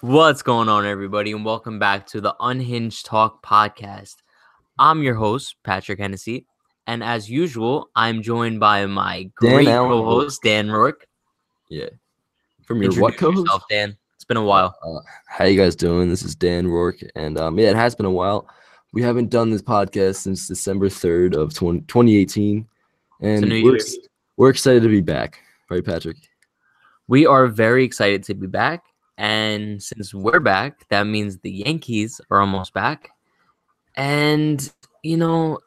What's going on, everybody, and welcome back to the Unhinged Talk podcast. I'm your host, Patrick Hennessy, and as usual, I'm joined by my great Allen. co host, Dan Rourke. Yeah. From your what Introduce co yourself, Dan. It's been a while. Uh, how you guys doing? This is Dan Rourke, and um, yeah, it has been a while. We haven't done this podcast since December third of 20, 2018, and new we're, year. ex- we're excited to be back, right, Patrick? We are very excited to be back, and since we're back, that means the Yankees are almost back. And, you know,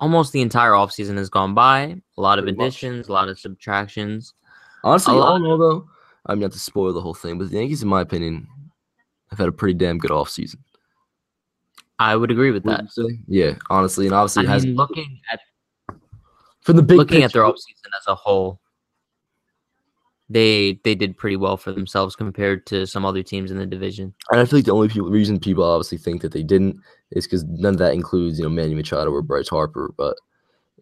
almost the entire offseason has gone by. A lot of Pretty much. additions, a lot of subtractions. Honestly, A lot- all in all, though, I'm not to spoil the whole thing, but the Yankees, in my opinion, have had a pretty damn good offseason. I would agree with that. wouldn't you say? Yeah, honestly, and obviously, it I has mean, looking at from the big looking at their picture- offseason as a whole, they they did pretty well for themselves compared to some other teams in the division. And I feel like the only people, reason people obviously think that they didn't is because none of that includes, you know, Manny Machado or Bryce Harper. But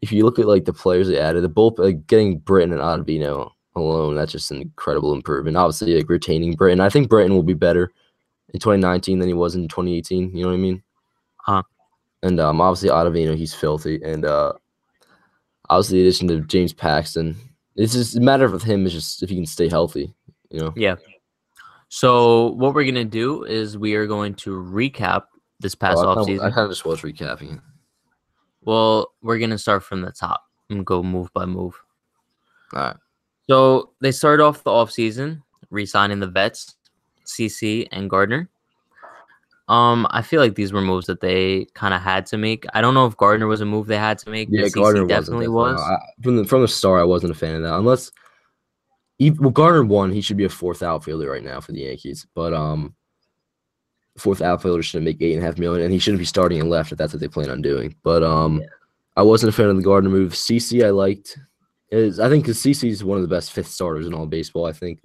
if you look at like the players they added, the bullpen, like, getting Britton and Ottavino alone, that's just an incredible improvement. Obviously, like retaining Britton, I think Britton will be better in 2019 than he was in 2018. You know what I mean? Huh. And um, obviously Ottavino, he's filthy, and uh, obviously the addition of James Paxton, it's just a matter of him is just if he can stay healthy. You know, Yeah. So what we're gonna do is we are going to recap this past Oh, I kinda- I offseason. kind of just was recapping. it. Well, we're gonna start from the top and go move by move. All right. So they started off the offseason re-signing the vets, CC and Gardner. Um, I feel like these were moves that they kind of had to make. I don't know if Gardner was a move they had to make. Yeah, but CC Gardner definitely wasn't was. definitely- I- from the from the start, I wasn't a fan of that. Unless, e- well, Gardner won, he should be a fourth outfielder right now for the Yankees. But um, fourth outfielder should make eight and a half million, and he shouldn't be starting in left if that's what they plan on doing. But um, I wasn't a fan of the Gardner move. CC, I liked. Is I think because CC is one of the best fifth starters in all baseball. I think.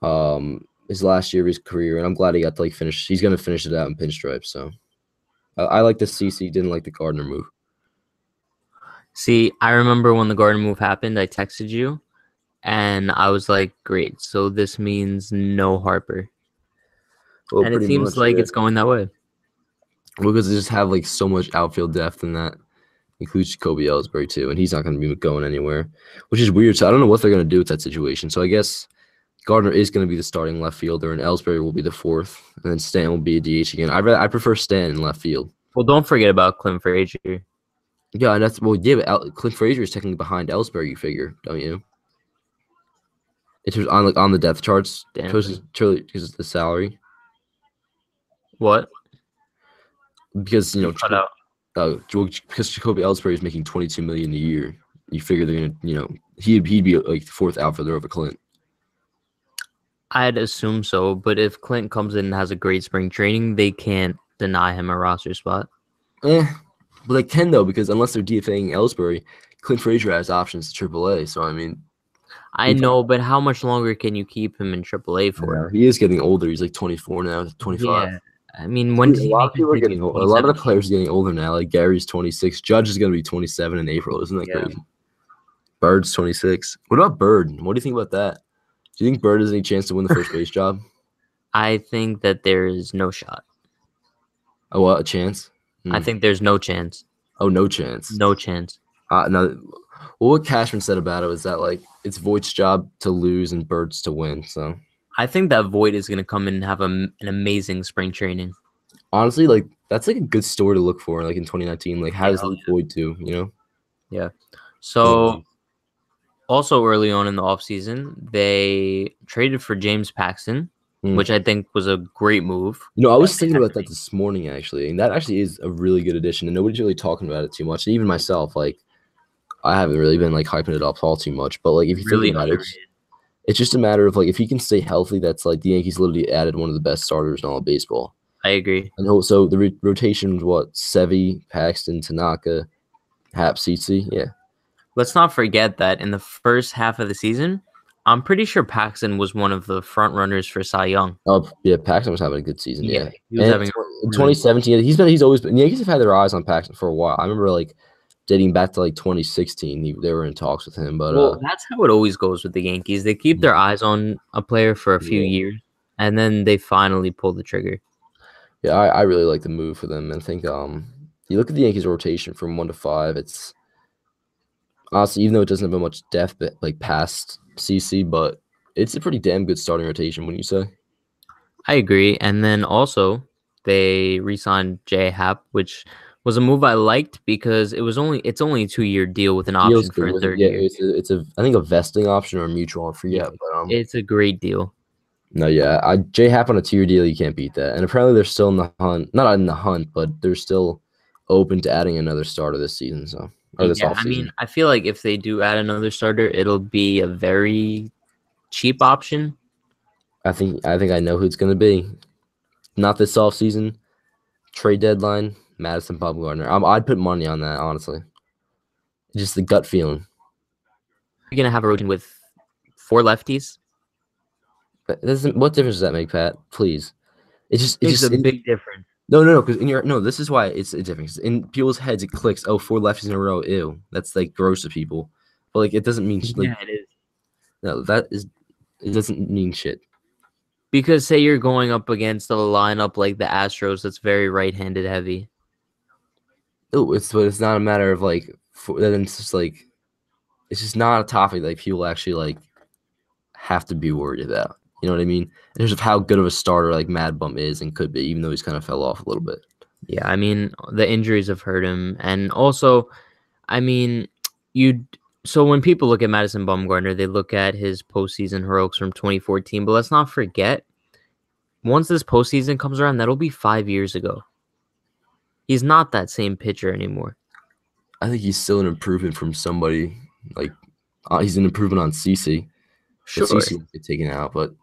Um, his last year of his career, and I'm glad he got to like finish. He's gonna finish it out in pinstripe. So, I, I like the CC. Didn't like the Gardner move. See, I remember when the Gardner move happened. I texted you, and I was like, "Great, so this means no Harper." Well, and it Oh, pretty seems much, like yeah. it's going that way. Well, because they just have like so much outfield depth, and that includes Jacoby Ellsbury too, and he's not going to be going anywhere, which is weird. So I don't know what they're going to do with that situation. So I guess Gardner is going to be the starting left fielder, and Ellsbury will be the fourth, and then Stan will be a DH again. I re- I prefer Stan in left field. Well, don't forget about Clint Frazier. Yeah, and that's well, yeah. But El- Clint Frazier is technically behind Ellsbury. You figure, don't you? It was on like on the depth charts Damn. because because of the salary What? because you know Cut out. uh, well, J- because Jacoby Ellsbury is making twenty two million a year, you figure they're gonna, you know, he'd he'd be like the fourth outfielder over Clint. I'd assume so, but if Clint comes in and has a great spring training, they can't deny him a roster spot. Eh, but they can though because unless they're DFAing Ellsbury, Clint Frazier has options to AAA. So I mean, I He's- know, but how much longer can you keep him in AAA for? he is getting older. He's like twenty four now, twenty five. I mean, when did a he lot of make his people are debut? getting older. A lot of the 27? players are getting older now. Like Gary's twenty six. Judge is gonna be twenty seven in April. Isn't that Yeah. crazy? Bird's twenty six. What about Bird? What do you think about that? Do you think Bird has any chance to win the first base job? I think that there is no shot. Oh, what a chance! I Hmm. think there's no chance. Oh, no chance. No chance. Uh, no, well, what Cashman said about it was that like it's Voight's job to lose and Bird's to win. So I think that Void is going to come in and have a m an amazing spring training. honestly, like that's like a good story to look for. Like in 2019, like how does Hell Luke Voigt do? You know? Mm-hmm. So, also early on in the offseason, they traded for James Paxton, Mm. which I think was a great move. You know, I was That's thinking about that exactly- this morning actually, and that actually is a really good addition. And nobody's really talking about it too much. And even myself, like I haven't really been like hyping it up all too much. But like if you Really think about it, underrated. it's just a matter of like if he can stay healthy, that's like the Yankees literally added one of the best starters in all of baseball. I agree. And also the re- rotation was what Sevi, Paxton, Tanaka, Hap, Cece. Yeah, Let's not forget that in the first half of the season, I'm pretty sure Paxton was one of the front runners for Cy Young. oh yeah, Paxton was having a good season. Yeah, he was And having. in 2017, he's been he's always been. The Yankees have had their eyes on Paxton for a while. I remember like dating back to like 2016, he, they were in talks with him. But well, uh, Mm. that's how it always goes with the Yankees. They keep their eyes on a player for a few Yeah. years, and then they finally pulled the trigger. Yeah, I, I really like the move for them. And I think um, you look at the Yankees' rotation from one to five. It's honestly, even though it doesn't have much depth, but like past CC, but it's a pretty damn good starting rotation. When you say, I agree. And then also they re-signed J Hap, which was a move I liked because it was only it's only a two year deal with an option Feels for good a with- third yeah, year. it's a, it's a I think a vesting option or a mutual. I forget, Yeah, but um, It's a great deal. No, yeah, I J Hap on a tier deal, you can't beat that. And apparently they're still in the hunt, not in the hunt, but they're still open to adding another starter this season. So or Oh, this yeah, offseason. I mean, I feel like if they do add another starter, it'll be a very cheap option. I think I think I know who it's gonna be. Not this offseason, trade deadline, Madison Bumgarner. I'm, I'd put money on that, honestly. Just the gut feeling. You're gonna have a rotation with four lefties. But this isn't- what difference does that make, Pat? Please. It just it It's just a it- big difference. No, no, no. Because in your no, this is why it's a difference. In people's heads, it clicks. Oh, four lefties in a row. Ew, that's like gross to people. But like, it doesn't mean sh- like, Yeah, it is. no. That is, it doesn't mean shit. Because say you're going up against a lineup like the Astros that's very right-handed heavy. Oh, it's but it's not a matter of like. For, then it's just like, it's just not a topic like people actually like have to be worried about. You know what I mean? In terms of how good of a starter like Mad Bump is and could be, even though he's kind of fell off a little bit. Yeah, I mean the injuries have hurt him, and also, I mean, you. So when people look at Madison Bumgarner, they look at his postseason heroics from 2014. But let's not forget, once this postseason comes around, that'll be five years ago. He's not that same pitcher anymore. I think he's still an improvement from somebody like uh, he's an improvement on CC. Sure. But CeCe get taken out, but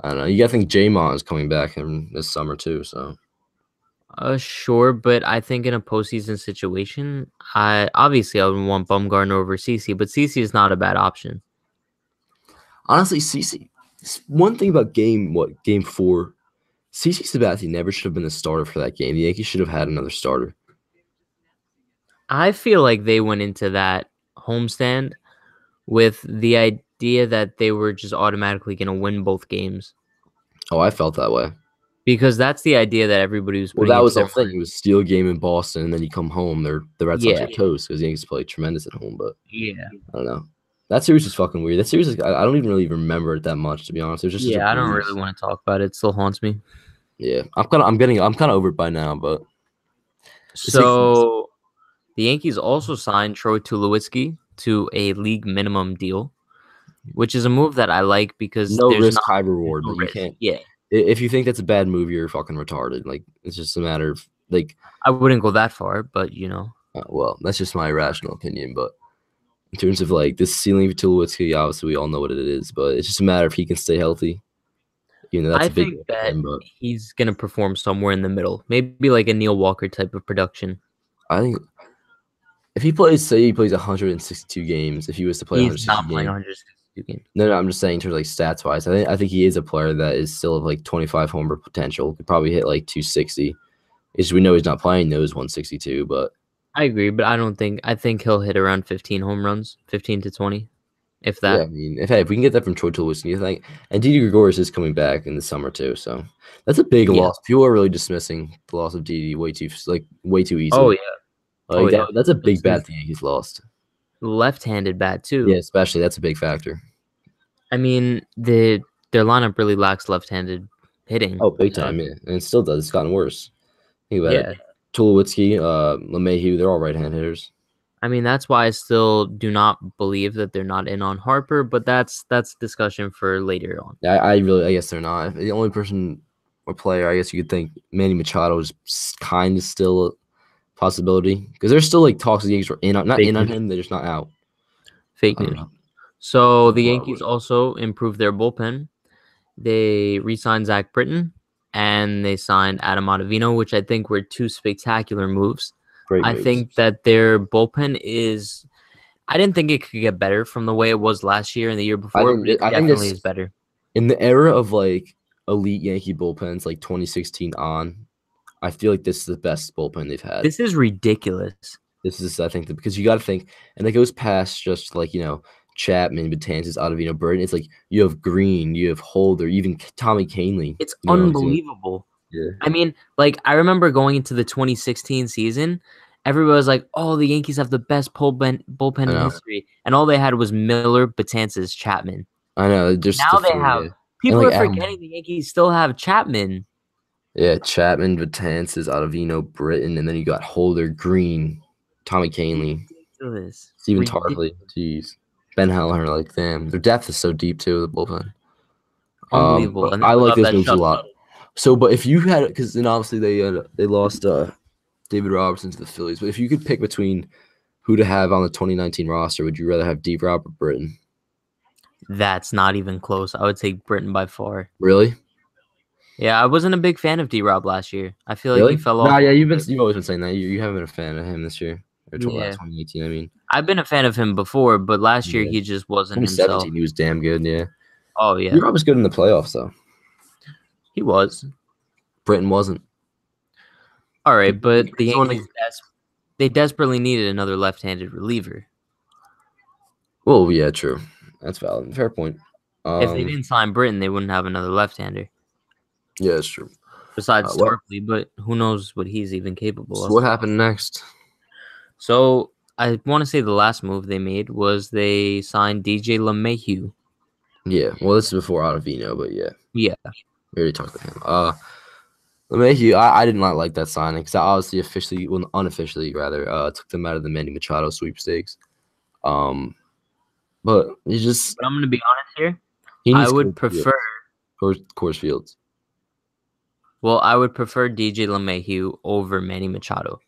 I don't know. You gotta think Jamon is coming back in this summer too, so Uh, sure, but I think in a postseason situation, I obviously I would want Bumgarner over CC, but CC is not a bad option. honestly, CC one thing about game what game four, CC Sabathia never should have been the starter for that game. The Yankees should have had another starter. I feel like they went into that homestand with the idea that they were just automatically going to win both games Oh, I felt that way. because that's the idea that everybody was. Well, putting that into was the their thing. It mind. was steel game in Boston, and then you come home. They're the Red Sox Yeah. are toast because the Yankees play tremendous at home. But Yeah, I don't know. That series was fucking weird. That series, is, I, I don't even really remember it that much to be honest. It was just such a yeah. I don't breeze. really want to talk about it. It still haunts me. Yeah, I'm kind of I'm getting I'm kind of over it by now, but Sixers. So the Yankees also signed Troy Tulowitzki to a league minimum deal, which is a move that I like because no there's risk, not high reward. no but you risk. can't. Yeah, i- If you think that's a bad move, you're fucking retarded. Like it's just a matter of like. I wouldn't go that far, but you know, uh, Well, that's just my irrational opinion, but in terms of like this ceiling for Tulowitzki, obviously we all know what it is, but it's just a matter if he can stay healthy. You know, that's I a big think deal for that him, but he's gonna perform somewhere in the middle, maybe like a Neil Walker type of production. I think if he plays, say he plays 162 games, if he was to play He's not 162 playing games, 162 games. no, no, I'm just saying in terms of like stats wise, I think I think he is a player that is still of like 25 homer potential. Could probably hit like 260. It's just we know he's not playing those 162, but I agree, but I don't think I think he'll hit around 15 home runs, 15 to 20, if that. Yeah, I mean, if, hey, if we can get that from Troy Tulowitzki, you think, and Didi Gregorius is coming back in the summer too, so that's a big Yeah. loss. People are really dismissing the loss of Didi way too like way too easily. Oh yeah, Like, oh, that- yeah. that's a big That's- bad thing he's lost. left-handed bat too. Yeah, especially that's a big factor. I mean the their lineup really lacks left-handed hitting. Oh, big time, yeah, and it still does. It's gotten worse. Think about yeah. it. Tulowitzki, uh, LeMahieu, they're all right-hand hitters. I mean that's why I still do not believe that they're not in on Harper, but that's that's discussion for later on. I, I really, I guess they're not. The only person or player, I guess you could think Manny Machado is kind of still a possibility because there's still like talks of the Yankees were in on, not They in on could- him, they're just not out. Fake I don't news. know. So the Well, I Yankees would- also improved their bullpen. They re-signed Zach Britton and they signed Adam Ottavino, which I think were two spectacular moves. Great I moves. think that their bullpen is. I didn't think it could get better from the way it was last year and the year before. think but it that- I think definitely this- is better. in the era of like elite Yankee bullpens, like 2016 on, I feel like this is the best bullpen they've had. This is ridiculous. This is, I think, the, because you got to think, and it goes past just like you know Chapman, Batanzas, Ottavino, Burton. It's like you have Green, you have Holder, even Tommy Canley. It's You know what I'm saying? unbelievable. Yeah. I mean, like I remember going into the 2016 season, everybody was like, "Oh, the Yankees have the best bullpen bullpen I in know. history," and all they had was Miller, Batanzas, Chapman. I know. Just Now the they three, have- yeah. People like, are Adam- forgetting the Yankees still have Chapman. Yeah, Chapman, Batanzas, Ottavino, Britton, and then you got Holder, Green, Tommy Canley, Ridiculous. Stephen Ridic- Tarpley. Jeez. Ben Heller, like them. Their depth is so deep too, the bullpen. Unbelievable. but And then um, I they like love those that moves a shut lot. shuttle. So, but if you had, because then obviously they uh, they lost uh, David Robertson to the Phillies. But if you could pick between who to have on the 2019 roster, would you rather have D. Rob or Britton? That's not even close. I would take Britain by far. Really? Yeah, I wasn't a big fan of D Rob last year. I feel like really? he fell off. Nah, yeah, you've been you've always been saying that. You, you haven't been a fan of him this year or tw- Yeah. 2018. I mean, I've been a fan of him before, but last year Yeah. he just wasn't 2017 himself. he was damn good. Yeah, Oh yeah, D. Rob was good in the playoffs though. he was. Britton wasn't. All right, but the It's only- Yankees des- they desperately needed another left-handed reliever. Well, yeah, true. That's valid. Fair point. Um, if they didn't sign Britain, they wouldn't have another left-hander yeah, it's true. besides Uh, what- Tarpley. But who knows what he's even capable So of? what happened next? So I want to say the last move they made was they signed DJ LeMahieu. Yeah, well, this is before Ottavino, but yeah. Yeah. We already talked about him. Uh, LeMahieu, I, I did not like that signing because I obviously officially, well, unofficially rather, uh, took them out of the Manny Machado sweepstakes. Um, but he just But I'm going to be honest here. he I needs would Coors Field- prefer. Coors, Coors Fields. Well, I would prefer DJ LeMahieu over Manny Machado.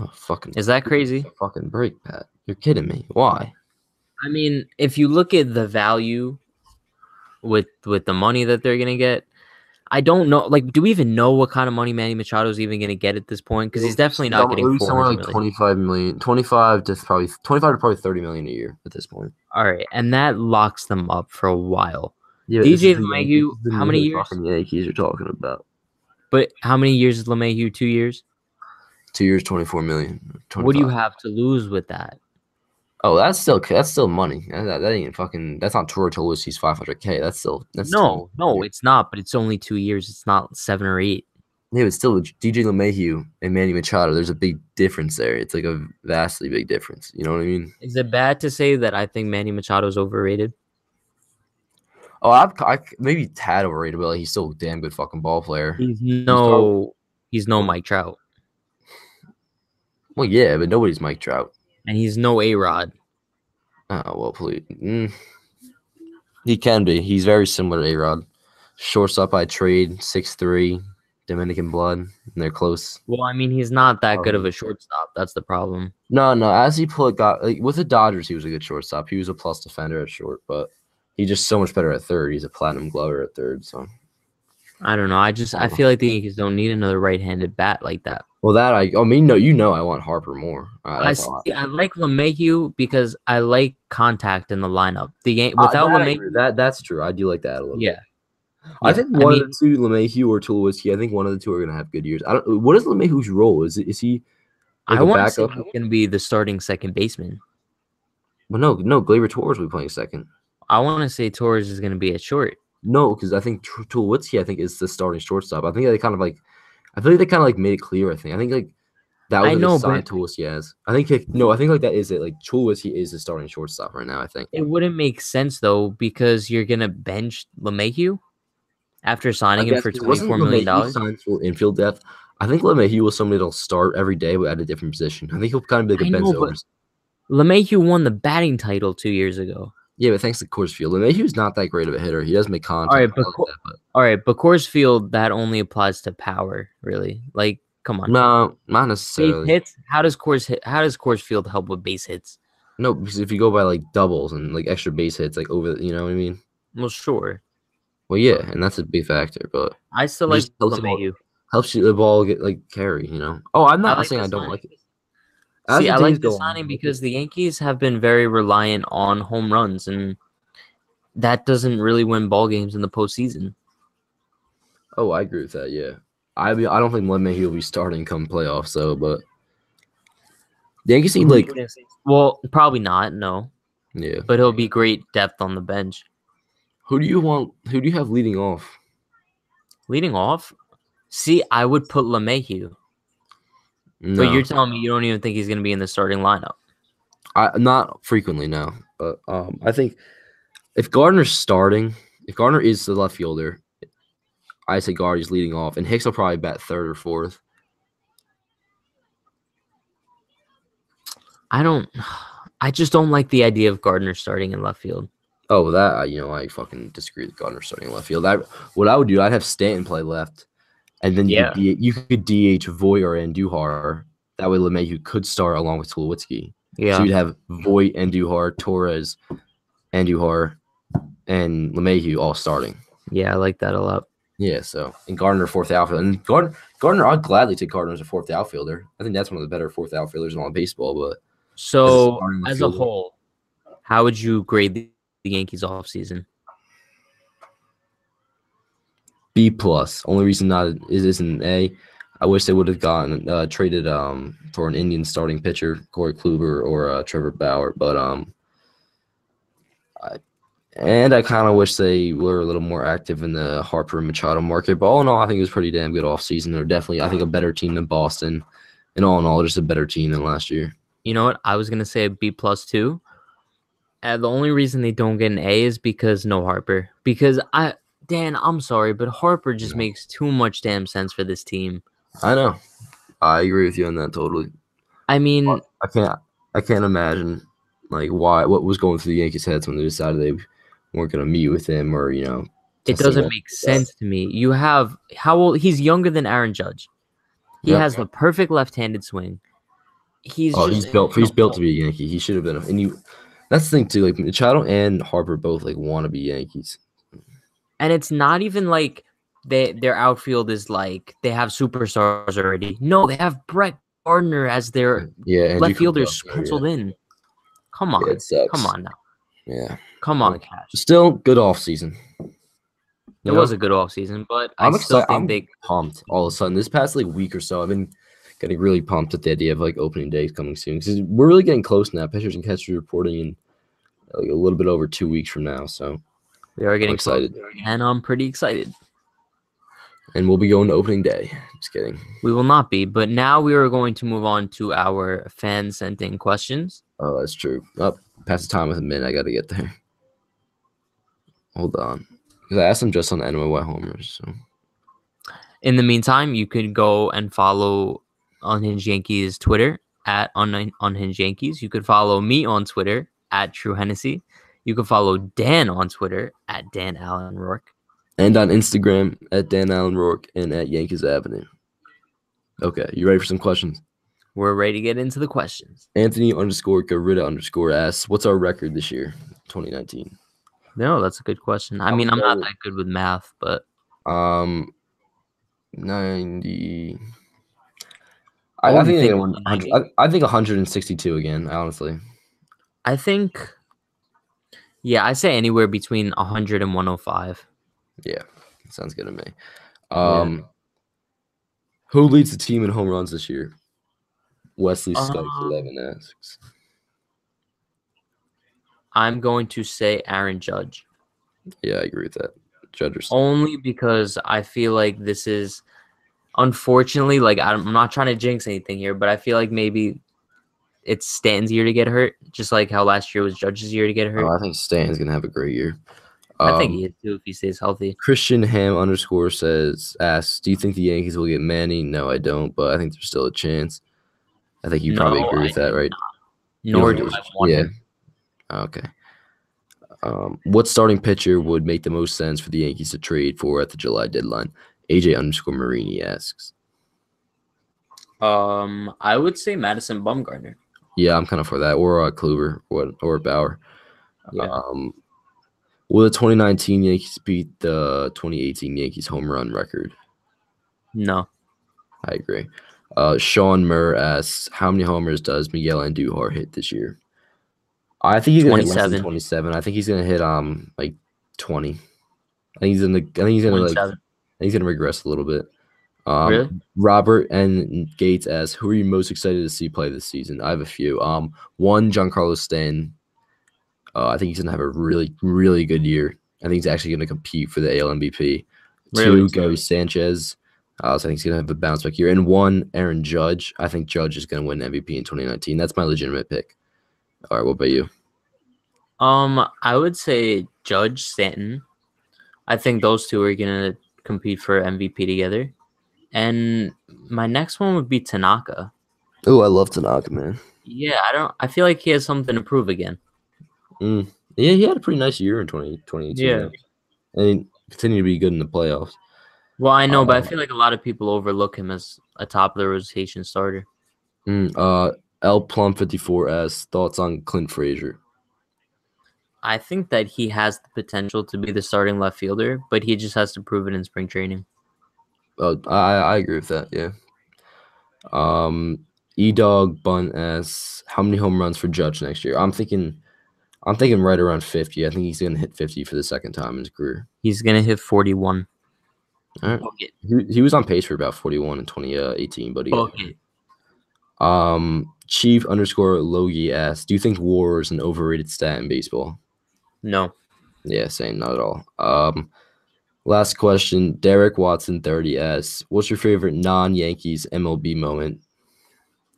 Oh, fucking Is that crazy? fucking break, Pat. You're kidding me. Why? I mean, if you look at the value with with the money that they're gonna get, I don't know. Like, do we even know what kind of money Manny Machado's even gonna get at this point? Because he's definitely not Somewhere- getting maybe somewhere 400 like million. 25 million, 25 to probably 25 to probably 30 million a year at this point. All right, and that locks them up for a while. Yeah, this DJ is the LeMahieu, Yankees- this is how many the years? fucking Yankees are talking about But how many years is LeMahieu? Two years. two years, 24 million. What do you 25. have to lose with that? Oh, that's still c- that's still money. That, that, that ain't fucking. That's not Toro Tolu's. He's five hundred k. That's still that's no, still- no, it's not. But it's only two years. It's not seven or eight. Yeah, but still, DJ LeMahieu and Manny Machado. There's a big difference there. It's like a vastly big difference. You know what I mean? Is it bad to say that I think Manny Machado's overrated? Oh, I've, I maybe Tad overrated, but like, he's still a damn good fucking ball player. He's no, he's no Mike Trout, Well, yeah, but nobody's Mike Trout. and he's no A Rod. Oh well, please. Mm. He can be. He's very similar to A Rod. Shortstop by trade, six three, Dominican blood. And they're close. Well, I mean, he's not that good of Probably. a shortstop. That's the problem. No, no. As he put got like, with the Dodgers, he was a good shortstop. He was a plus defender at short, but he just so much better at third. He's a platinum glover at third. So, I don't know. I just I Oh. feel like the Yankees don't need another right-handed bat like that. well, that I, I mean, no, you know, I want Harper more. Uh, I, that's all see, I like LeMahieu because I like contact in the lineup. The Yan- Uh, without that, I LeMahieu, agree. that that's true. I do like that a little. yeah, bit. I yeah, think I one mean- of the two, Lemayhew or Tulowitzki. I think one of the two are gonna have good years. I don't. What is Lemayhew's role? Is is he? Like I a want to see backup? who's going to be the starting second baseman. Well, no, no. Glaber Torres will be playing second. I want to say Torres is going to be at short. No, because I think Tr- Tulowitzki, I think, is the starting shortstop. I think they kind of like, I feel like they kind of like made it clear. I think, I think like that was I like, know, a sign but- Tulowitzki has. I think like, no, I think like that is it. Like Tulowitzki is the starting shortstop right now. I think. It wouldn't make sense though because you're going to bench LeMahieu after signing him guess for 'cause wasn't twenty-four million LeMahieu dollars. signed for infield depth. I think LeMahieu was somebody that'll start every day, but at a different position. I think he'll kind of be like I a Ben know, but- Zobrist. LeMahieu won the batting title two years ago. Yeah, but thanks to Coors Field, LeMahieu's not that great of a hitter. He does make contact. right, I but like Co- that, but- All right, but Coors Field that only applies to power, really. Like, come on, no, not base necessarily. hits. How does Coors hit? How does Coors Field help with base hits? No, because if you go by like doubles and like extra base hits, like over, the, you know what I mean. Well, sure. Well, yeah, and that's a big factor, but I still It like just tells them all- LeMahieu. helps you the ball get like carry, you know. Oh, I'm not like saying the I don't signing. like it. See, the I days like the go on, signing I like it. because the Yankees have been very reliant on home runs, and that doesn't really win ball games in the postseason. Oh, I agree with that. Yeah, I mean, I don't think LeMahieu will be starting come playoffs, so but the Yankees need like well, probably not. No, Yeah. but he'll be great depth on the bench. Who do you want? Who do you have leading off? Leading off, see, I would put LeMahieu, No, but you're telling me you don't even think he's going to be in the starting lineup. I, not frequently no, but um, I think if Gardner's starting, if Gardner is the left fielder, I say Gardner's leading off, and Hicks will probably bat third or fourth. I don't. I just don't like the idea of Gardner starting in left field. Oh, well, that I- you know, I fucking disagree with Gardner starting left field. I what I would do, I'd have Stanton play left, and then Yeah. you, could D- you could DH Voyer and Duhar. That way, LeMahieu could start along with Tulowitzki. Yeah, So you'd have Voigt and Duhar, Torres and Duhar, and LeMahieu all starting. yeah, I like that a lot. Yeah, so and Gardner fourth outfielder. And Gardner, Gardner, I'd gladly take Gardner as a fourth outfielder. I think that's one of the better fourth outfielders in all of baseball. But So starting left as a fielder. whole, how would you grade the, the Yankees off season? B plus. Only reason not is isn't A. I wish they would have gotten uh, traded um for an Indian starting pitcher, Corey Kluber or uh, Trevor Bauer. But um, I, and I kind of wish they were a little more active in the Harper and Machado market. But all in all, I think it was pretty damn good offseason. They're definitely, I think, a better team than Boston. And all in all, just a better team than last year. You know what? I was gonna say a B plus two. Uh, the only reason they don't get an A is because no Harper. Because I, Dan, I'm sorry, but Harper just No. makes too much damn sense for this team. I know. I agree with you on that totally. I mean, Well, I can't. I can't imagine like why what was going through the Yankees' heads when they decided they weren't going to meet with him, or you know, it testing doesn't him. make sense to me. You have how old? He's younger than Aaron Judge. He Yep. has the perfect left-handed swing. He's oh, just he's built. He's built to be a Yankee. He should have been. A, and you, that's the thing too. Like Machado and Harper both like want to be Yankees. and it's not even like they their outfield is like they have superstars already. No, they have Brett Gardner as their Yeah, and left fielders penciled penciled in. Come on, Yeah, it sucks. come on now, Yeah, come Yeah. on, Cash. still good off season. It was a good offseason, but i I'm still excited- think I'm- they. pumped all of a sudden. This past like week or so, I've been getting really pumped at the idea of like opening day coming soon because we're really getting close now. Pitchers and catchers reporting in like a little bit over two weeks from now, so They are I'm getting close, excited. and I'm pretty excited. uh, And we'll be going to opening day. Just kidding. We will not be, but now we are going to move on to our fan sent in questions. Oh, that's true. Up, oh, pass the time with a minute. I got to get there. Hold on, because I asked him just on NYY homers. So In the meantime, you could go and follow Unhinged Yankees Twitter at Un- Unhinged Yankees. You could follow me on Twitter at True Hennessy. You could follow Dan on Twitter at Dan Allen Rourke. and on Instagram at Dan Allen Rourke and at Yankees Avenue. Okay, you ready for some questions? We're ready to get into the questions. Anthony underscore Garita underscore asks, "What's our record this year, 2019?" No, that's a good question. I I'll mean, I'm not go- that good with math, but Um, ninety. I, I I wouldn't think they're think gonna win 100 I, I think 162 again. Honestly, I think, yeah, I say anywhere between 100 and 105. sounds good to me. Yeah. Um, who leads the team in home runs this year? Wesley Skikes Um, eleven asks. I'm going to say Aaron Judge Yeah, I agree with that. Judges. only because I feel like this is, unfortunately, like I'm I'm not trying to jinx anything here, but I feel like maybe it's Stanton's year to get hurt, just like how last year was Judge's year to get hurt. Oh, I think Stan's gonna have a great year. I think Um, he is too if he stays healthy. Christian Ham underscore says asks, "Do you think the Yankees will get Manny?" No, I don't, but I think there's still a chance. I think you probably No, agree I with that, do right? You Nor don't do I think- want yeah. him. Okay. Um, what starting pitcher would make the most sense for the Yankees to trade for at the July deadline? AJ underscore Marini asks. Um, I would say Madison Bumgarner. Yeah, I'm kind of for that, or uh, Kluber, or or Bauer. Yeah. Um, will the 2019 Yankees beat the 2018 Yankees home run record? No. I agree. Uh, Sean Murr asks, "How many homers does Miguel Andujar hit this year?" I think he's gonna 27. hit less than 27. 27. I think he's gonna hit um like 20. I think he's in the. I think he's gonna like. I 27. think he's gonna regress a little bit. Um, Really? Robert and Gates asks, "Who are you most excited to see play this season?" I have a few. Um, one, Giancarlo Stanton. Uh, I think he's gonna have a really, really good year. I think he's actually gonna compete for the AL MVP. Really? Two goes Sanchez. Uh, so I think he's gonna have a bounce back year. And one, Aaron Judge. I think Judge is gonna win MVP in 2019. That's my legitimate pick. All right, what about you? Um, I would say Judge Stanton. I think those two are gonna compete for MVP together. And my next one would be Tanaka. Oh, I love Tanaka, man. Yeah, I don't. I feel like he has something to prove again. Yeah, he had a pretty nice year in 2022. Yeah. And he continued to be good in the playoffs. Well, I know, but I Um, feel like a lot of people overlook him as a top of the rotation starter. Mm, uh, L Plum 54S, thoughts on Clint Frazier? I think that he has the potential to be the starting left fielder, but he just has to prove it in spring training. Oh, I, I agree with that, yeah. Um, E Dog Bun S, how many home runs for Judge next year? I'm thinking, I'm thinking right around 50. I think he's going to hit 50 for the second time in his career. He's gonna hit forty-one. All right. Book it. He, he was on pace for about 41 in 2018, uh, but he Book it. Um, Chief underscore Logie asks, do you think WAR is an overrated stat in baseball? No. Yeah, same, not at all. Um, last question, Derek Watson 30s. What's your favorite non-Yankees MLB moment?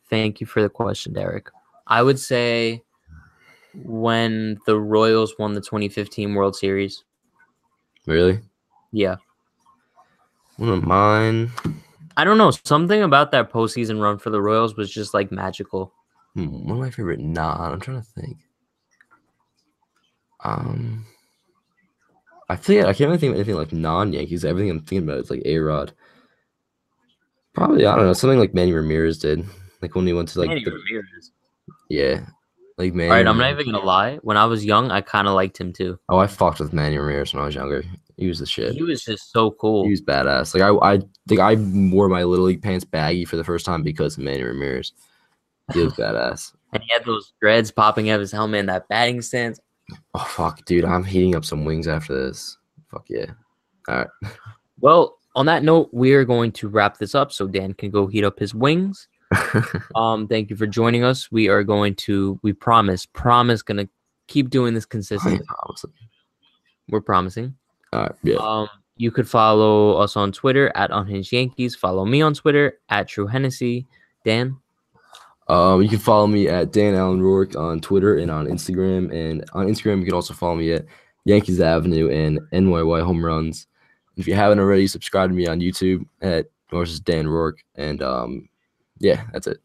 Thank you for the question, Derek. I would say when the Royals won the 2015 World Series. Really? Yeah. One of mine. I don't know. Something about that postseason run for the Royals was just like magical. Hmm, one of my favorite non. I'm trying to think. Um, I feel I can't really think of anything like non-Yankees. Everything I'm thinking about is like A Rod. Probably I don't know something like Manny Ramirez did, like when he went to like Manny the- Ramirez. yeah, like Manny. All right, I'm not even gonna lie. When I was young, I kind of liked him too. Oh, I fucked with Manny Ramirez when I was younger. He was the shit. He was just so cool. He was badass. Like I, I think I wore my little league pants baggy for the first time because of Manny Ramirez. He was badass. and he had those dreads popping out of his helmet and that batting stance. Oh fuck, dude, I'm heating up some wings after this. Fuck yeah. Well, on that note, we are going to wrap this up so Dan can go heat up his wings. um, thank you for joining us. We are going to, we promise, promise, gonna keep doing this consistently. We're promising. All right, yeah. Um, you could follow us on Twitter at Unhinged Yankees. Follow me on Twitter at True Hennessy. Dan, Um, you can follow me at Dan Allen Rourke on Twitter and on Instagram. And on Instagram, you can also follow me at Yankees Avenue and NYY Home Runs. If you haven't already, subscribe to me on YouTube at Norris Dan Rourke. And um, yeah, that's it.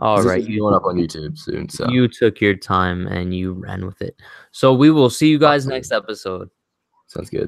all This right, is you- going up on YouTube soon. So you took your time and you ran with it. So we will see you guys next episode. sounds good.